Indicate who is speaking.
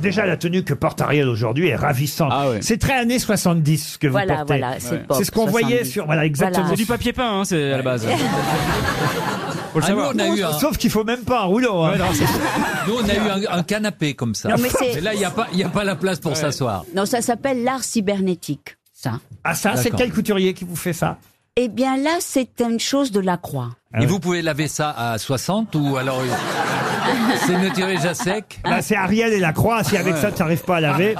Speaker 1: déjà, la tenue que porte Ariel aujourd'hui est ravissante.
Speaker 2: Ah
Speaker 1: C'est très années 70 ce que vous
Speaker 3: Voilà,
Speaker 1: portez.
Speaker 3: voilà, c'est pop,
Speaker 1: ce qu'on voyait
Speaker 3: 70.
Speaker 1: sur. Voilà, exactement.
Speaker 3: Voilà.
Speaker 2: C'est du papier peint, hein, c'est à la base. Faut le
Speaker 4: Ah,
Speaker 2: savoir.
Speaker 4: nous, on a eu un-
Speaker 1: Sauf qu'il faut même pas un rouleau. hein.
Speaker 2: hein. Ouais, non, c'est-
Speaker 4: Nous, on a eu un, un canapé comme ça.
Speaker 3: Non, mais c'est-
Speaker 4: là, il n'y a, pas- il y a pas la place pour s'asseoir.
Speaker 3: Non, ça s'appelle l'art cybernétique, ça.
Speaker 1: Ah ça, c'est
Speaker 4: D'accord.
Speaker 1: quel couturier qui vous fait ça
Speaker 3: Eh bien là, c'est une chose de la croix.
Speaker 1: Ah
Speaker 4: Et
Speaker 1: ouais.
Speaker 4: vous pouvez laver ça à 60 ou alors. euh, c'est ne tirer à sec
Speaker 3: Ah.
Speaker 1: Bah, c'est Ariel et la croix. Si avec ça, tu n'arrives pas à laver.